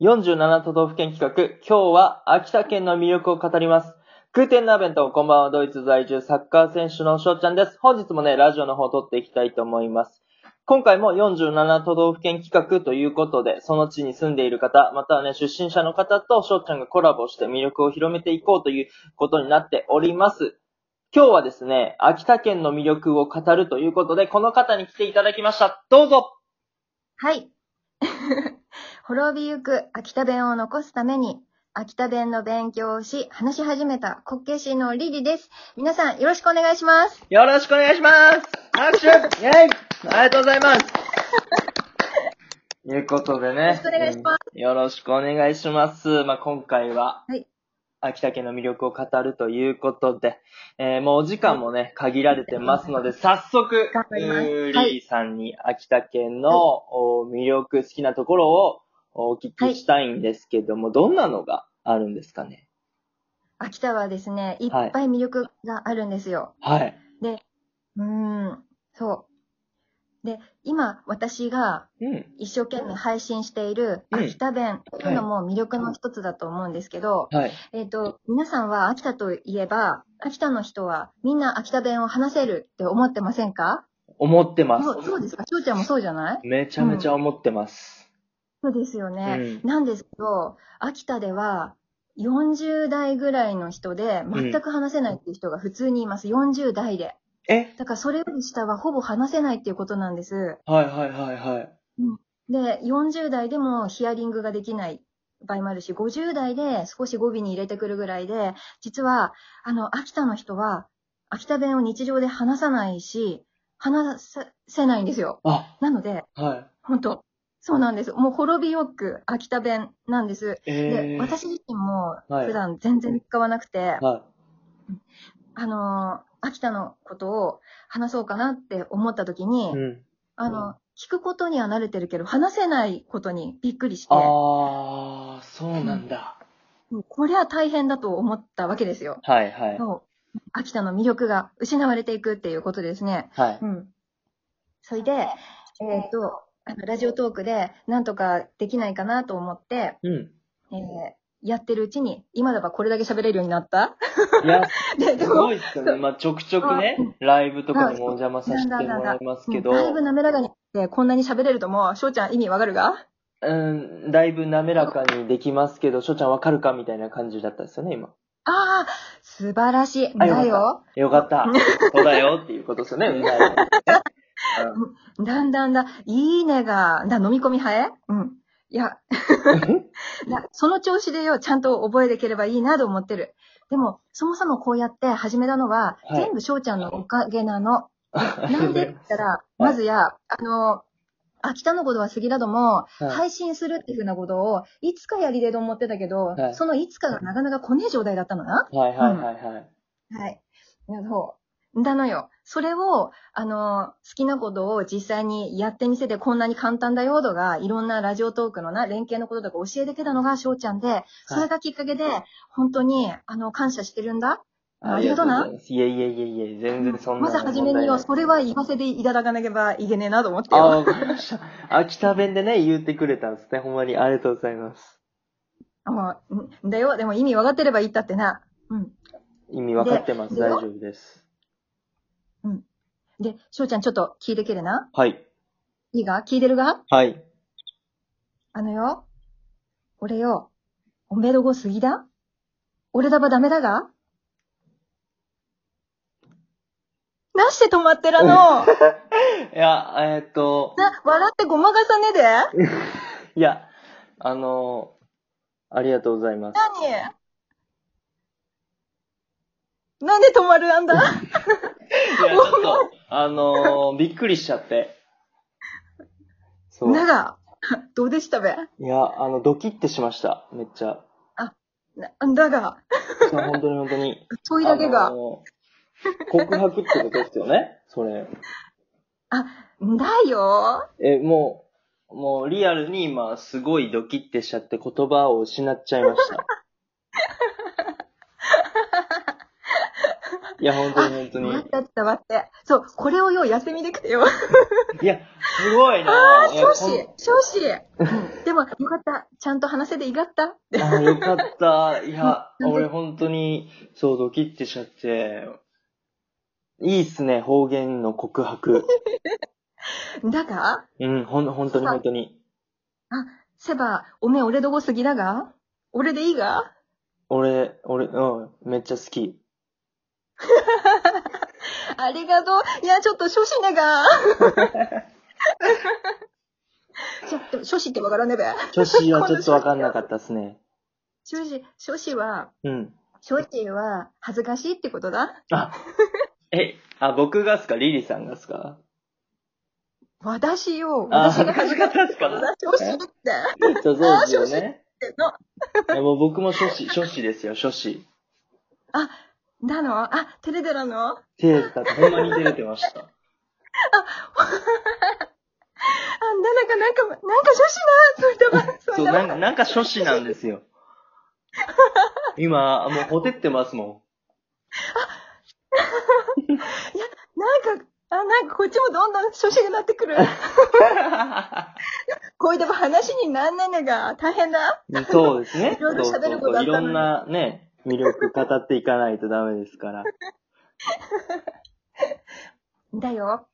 47都道府県企画、今日は秋田県の魅力を語ります。空天ナーベント、こんばんは、ドイツ在住サッカー選手の翔ちゃんです。本日もね、ラジオの方を撮っていきたいと思います。今回も47都道府県企画ということで、その地に住んでいる方、またはね、出身者の方と翔ちゃんがコラボして魅力を広めていこうということになっております。今日はですね、秋田県の魅力を語るということで、この方に来ていただきました。どうぞはい。 滅びゆく秋田弁を残すために、秋田弁の勉強をし、話し始めた国慶市のリリです。皆さん、よろしくお願いします。よろしくお願いします拍手イェイありがとうございますということでね。。よろしくお願いしますよろしくお願いします。まあ、今回は、はい秋田県の魅力を語るということで、えーもうお時間もね、限られてますので、早速、頑張りますうーはいリーさんに秋田県の、お魅力、好きなところをお聞きしたいんですけども、どんなのがあるんですかね秋田はですね、いっはいぱい魅力があるんですよ。はい。うーん、そう。で、今、私がうん。一生懸命配信しているうん秋田弁というのも魅力の一つだと思うんですけど、はい。えっ、と、皆さんは秋田といえば、秋田の人はみんな秋田弁を話せるって思ってませんか思ってます。そうそうですか翔ちゃんもそうじゃないめちゃめちゃ思ってます。そうですよね。うなんですけど、秋田では、40代ぐらいの人で、全く話せないっていう人が普通にいます。40代で。えだからそれより下はほぼ話せないっていうことなんです。はいはいはいはい。で、40代でもヒアリングができない場合もあるし、50代で少し語尾に入れてくるぐらいで、実は、あの、秋田の人は、秋田弁を日常で話さないし、話させないんですよ。あ、なので、は本当そうなんです。もう滅びよく秋田弁なんです。い。でえー、私自身もはい普段全然使わなくて、はあのー秋田のことを話そうかなって思った時に、い。うん。あの、うん聞くことには慣れてるけど、話せないことにびっくりして、もあー、そうなんだ。うこれは大変だと思ったわけですよ。はいはい。そう秋田の魅力が失われていくっていうことですね。はい。うん。それで、えっ、と、あの、ラジオトークでなんとかできないかなと思って、うん。えーやってるうちに、今ではこれだけ喋れるようになった。 いや、で、すでもごいっすよね。まあ、ちょくちょくね、ライブとかにもお邪魔させてもらいますけど、だいぶ滑らかにってこんなに喋れるとも、翔ちゃん意味わかるがうん、だいぶ滑らかにできますけど、しょちゃんわかるかみたいな感じだったんですよね、今。ああ、素晴らしい。あよかだったよ。よかった。そうだよっていうことですよね、うんだよ。だんだんだ、いいねが、だ、飲み込み早えうん。いや、いや、その調子でよ、ちゃんと覚えできればいいなと思ってる。でも、そもそもこうやって始めたのは、はい全部翔ちゃんのおかげなの。なんでって言ったら、いまずや、あの、秋田のことは過ぎだども、はい配信するっていうふうなことを、いつかやりでと思ってたけど、はいそのいつかがなかなか来ねえ状態だったのな。はいはいはいはい。はい。そう。だのよ。それを、あの、好きなことを実際にやってみせてこんなに簡単だよとか、いろんなラジオトークのな、連携のこととか教えてきたのが翔ちゃんで、それがきっかけで、本当に、あの、感謝してるんだ。ありがとうなありがとうございます。いえいえいえいえ、全然そんな。まずはじめによ、それは言わせていただかなければいけねえなと思ってああ、よ。わかりました。秋田弁でね、言ってくれたんですね。ほんまにありがとうございます。あうんだよ。でも意味分かってればいいったってな。うん。意味わかってます。で大丈夫です。で、翔ちゃんちょっと聞いてけれな。はい。いいが聞いてるがはい。あのよ。俺よ。おめどごすぎだ俺だばダメだがなして止まってらのないや、えーっと、笑ってごまかさねでいや、あの、ありがとうござい ます。何なんで止まるあんだいや、ちょっと、あのー、びっくりしちゃって。そう。なが、 どうでしたべいや、あの、ドキッてしました。めっちゃ。なだが、そう本当に本当 に。問いだけが。あのー告白ってことですよねそれ。だよえ、もう、もうリアルに今すごいドキッてしちゃって言葉を失っちゃいました。いや、本当に本当に。わかったわって。そう、これをようやってみてくれよ。いや、すごいなあぁ。いや少し、少子。うんでも、よかった。ちゃんと話せていがった。こんあー、よかった。いや、うん俺本当に、そう、ドキッてしちゃって。いいっすね、方言の告白。だが、うん、ほん、本当に本当に。せば、おめえ俺どこすぎだが俺でいいが俺、俺、うん、めっちゃ好き。ありがとう。いや、ちょっと少子だ が。ちょっと、少子ってわからねべ。女子はちょっとわかんなかったっすね。少子、少子は、うん。少子は恥ずかしいってことだ。あ、え、あ、僕がっすかリリさんがっすか私よ。あ私が恥ずかしいってこ恥ずとだか。少子って。っそうですよね。ての。いやもう僕も諸子、諸子ですよ、諸子。だのあ、テレデラの手だってほんまに照れてました。あんだなんか、なんか、なんか女子な、そういったば、 そう、いったなんか、なんか諸子なんですよ。今、もうほてってますもなんか、あ、なんかこっちもどんどん初心になってく る。こういでも話になんねんねが、大変だ。ん。そうですね。いろいろ喋ることそあうそうそういったのにろんなね、魅力語っていかないとダメですから。だよ。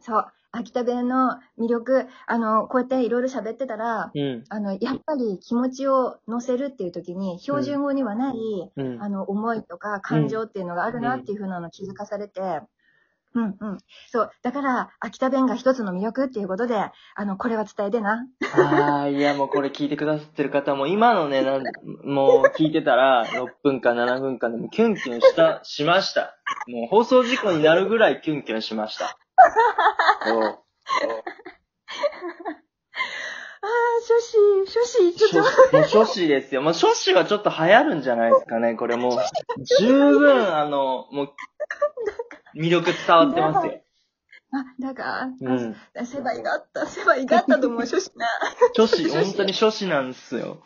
そう。秋田弁の魅力、あの、こうやっていろいろ喋ってたら、うん。あの、やっぱり気持ちを乗せるっていう時に、標準語にはない、うんあ。の、思いとか感情っていうのがあるなっていうふうなの気づかされて、うんうん。そう。だから、秋田弁が一つの魅力っていうことで、あの、これは伝えてな。ああ、いや、もうこれ聞いてくださってる方も、今のね、なんもう聞いてたら、6分か7分かでもキュンキュンした、しました。もう放送事故になるぐらいキュンキュンしました。そうああ、初心、初心、ちょっと諸もう諸子ですよ。もう諸子はちょっと流行るんじゃないですかね、これもう。十分、あの、もう、魅力伝わってますよ。あ、だが、うん。あせばいがあった、せばいがあったと思う、初 心な。諸子、本当に諸子なんですよ。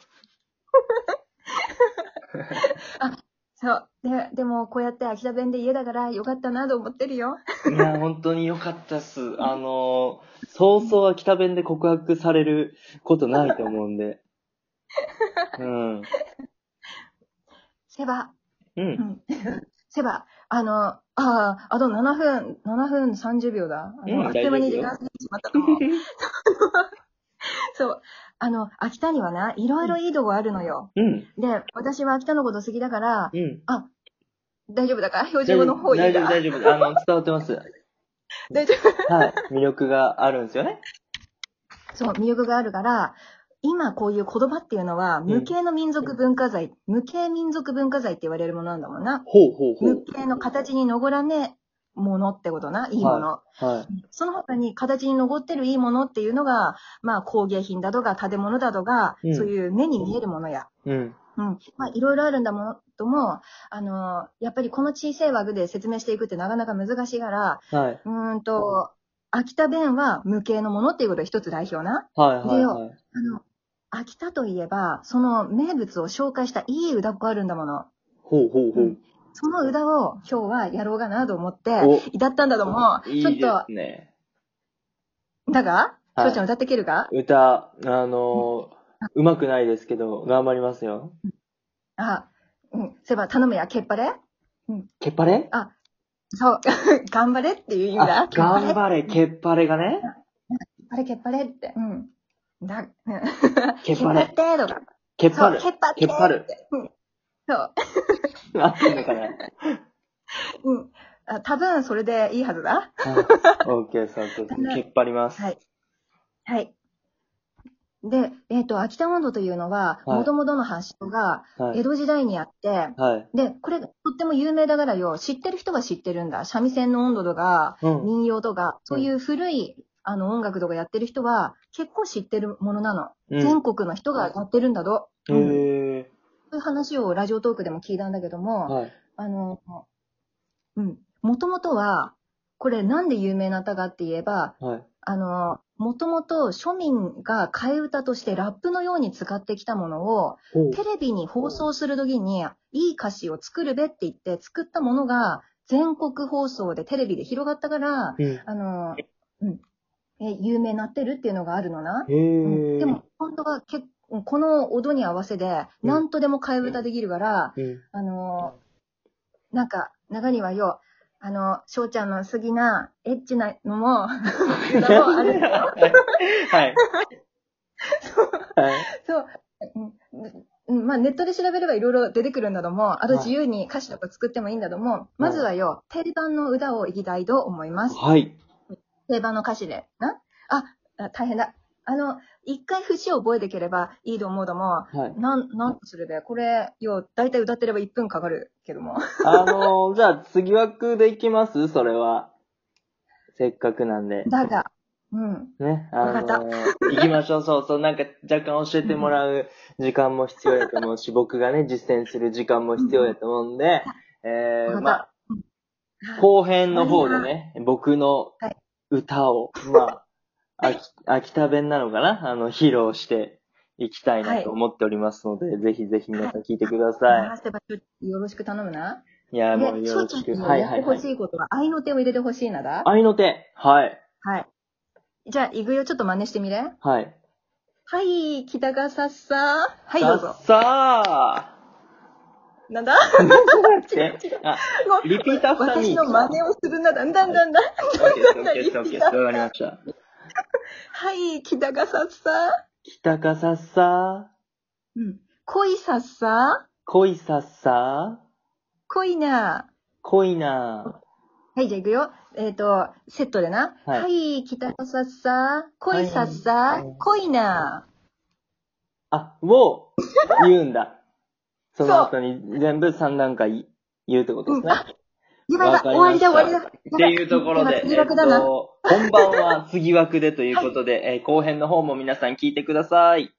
そう。で、でも、こうやって秋田弁で家だからよかったなと思ってるよ。いや、本当に良かったっす。あの、そうそうは北弁で告白されることないと思うんで。うん。せば、う。うん ん。せば、あの、ああ、あと7分、7分30秒だ。あの、うんあっという間に大丈夫時よ間過ぎてしまったと 思う。そう。あの、秋田にはな、いろいろいいとこあるのよ。うん。で、私は秋田のこと好きだから、うん。大丈夫だから標準語の方いい大だ丈夫、大丈夫。あの、伝わってます。大丈夫。はい。魅力があるんですよね。そう、魅力があるから、今こういう言葉っていうのは、無形の民族文化財、無形民族文化財って言われるものなんだもんな。ほうほうほ無形の形に残らねえものってことな、いいもの。う。はい。その他に形に残ってるいいものっていうのが、まあ工芸品だとか建物だとか、うんそういう目に見えるものや。うん。うん。まあいろいろあるんだものとも、あのやっぱりこの小さい枠で説明していくってなかなか難しいから、はい。うーんと、秋田弁は無形のものっていうことが一つ代表な。はいはでいよはい。あの、秋田といえば、その名物を紹介したいい歌があるんだもの。ほうほうほう。その歌を今日はやろうかなと思って、お、歌ったんだども、いちょいっですね。と、だが、はい翔ちゃん歌っていけるか歌、あのー、うまくないですけど、頑張りますよ。あ、うん、そういえば頼むや、けっぱれけっぱれそう、 頑張れっていう意味だあ。頑れ。張れ、けっぱれがね。あれ、けっぱれって。うん。だ、うんけっぱれけっぱってとか。けっぱそう、るけ。っぱって。けっぱる。そう。合ってんのかなうん。あ多分それでいいはずだ。オッケー、そうそうそう。けっぱります。はい。はい。で、えっ、と、秋田温度というのは、はいもともとの発祥が、はい江。戸時代にあって、はい。で、これ、とっても有名だからよ、知ってる人は知ってるんだ。三味線の温度とか、うん。民謡とか、そういう古い、あの、音楽とかやってる人は、結構知ってるものなの。うん全国の人がやってるんだと。へうんー。そういう話をラジオトークでも聞いたんだけども、はい。あの、うん。もともとは、これなんで有名になったかって言えば、はい。あの、もともと庶民が替え歌としてラップのように使ってきたものを、ほうテレビに放送するときに、いい歌詞を作るべって言って作ったものが、全国放送でテレビで広がったから、うん。へあの、うん。え、有名になってるっていうのがあるのな。うんえ。でも、本当は結構、この音に合わせで、うんなんとでも替え歌できるから、 うん。あのーなんか、中にはよ、あの、翔ちゃんの好きな、エッチなのも、歌もあるよ。はい。はい。そう。うんうんまあ、ネットで調べればいろいろ出てくるんだども、あと自由に歌詞とか作ってもいいんだども、まずはよ、定番の歌をいきたいと思います。はい。定番の歌詞で。なああ、大変だ。あの、一回節を覚えてければいいと思うども、はい。なん、なんとするべ。これ、よ、だいたい歌ってれば1分かかるけども。 あのー、じゃあ次枠でいきますそれは。せっかくなんで。だが、うん。ね。あのわかー、行きましょう。そうそう。なんか若干教えてもらう時間も必要やと思うし、僕が ね、実践する時間も必要やと思うんで、えー、わかったまあ、後編の方でね、僕のはい歌を、まあ、秋秋田弁なのかなあの、披露していきたいなと思っておりますので、ぜひぜひ皆さん聞いてくださ回せばよろしく頼むな。い。いや、もうで、よ翔ろちゃしんく。にはやいはっていほはしい。いことは、愛の手を入れてほしいなだ。愛の手。はい。はい。じゃあ、行くよ。ちょっと真似してみれ。はい。はい、北がさっさー。はい、どさうぞっ。さなんだー 違えう違う。あ、ごめんリピーターさん私に。の真似をするなだ。んだんだんだん。オッケーです、オッケーです、オッケーです。わかりました。はい、北がさっさ北かさっさー。うん。恋さっさー。ー、恋さっさー、恋なー。恋なはい、じゃあ行くよ。えっ、と、セットでな。はいはい、北がさっさー。恋さっさはいー。恋なー。ー。あ、を言うんだ。その後に全部3段階言うってことですね。やばいやばい、終わりだ終わりだ。っていうところで、疑惑だえっな。と、本番は次枠でということで、えー後編の方も皆さん聞いてください。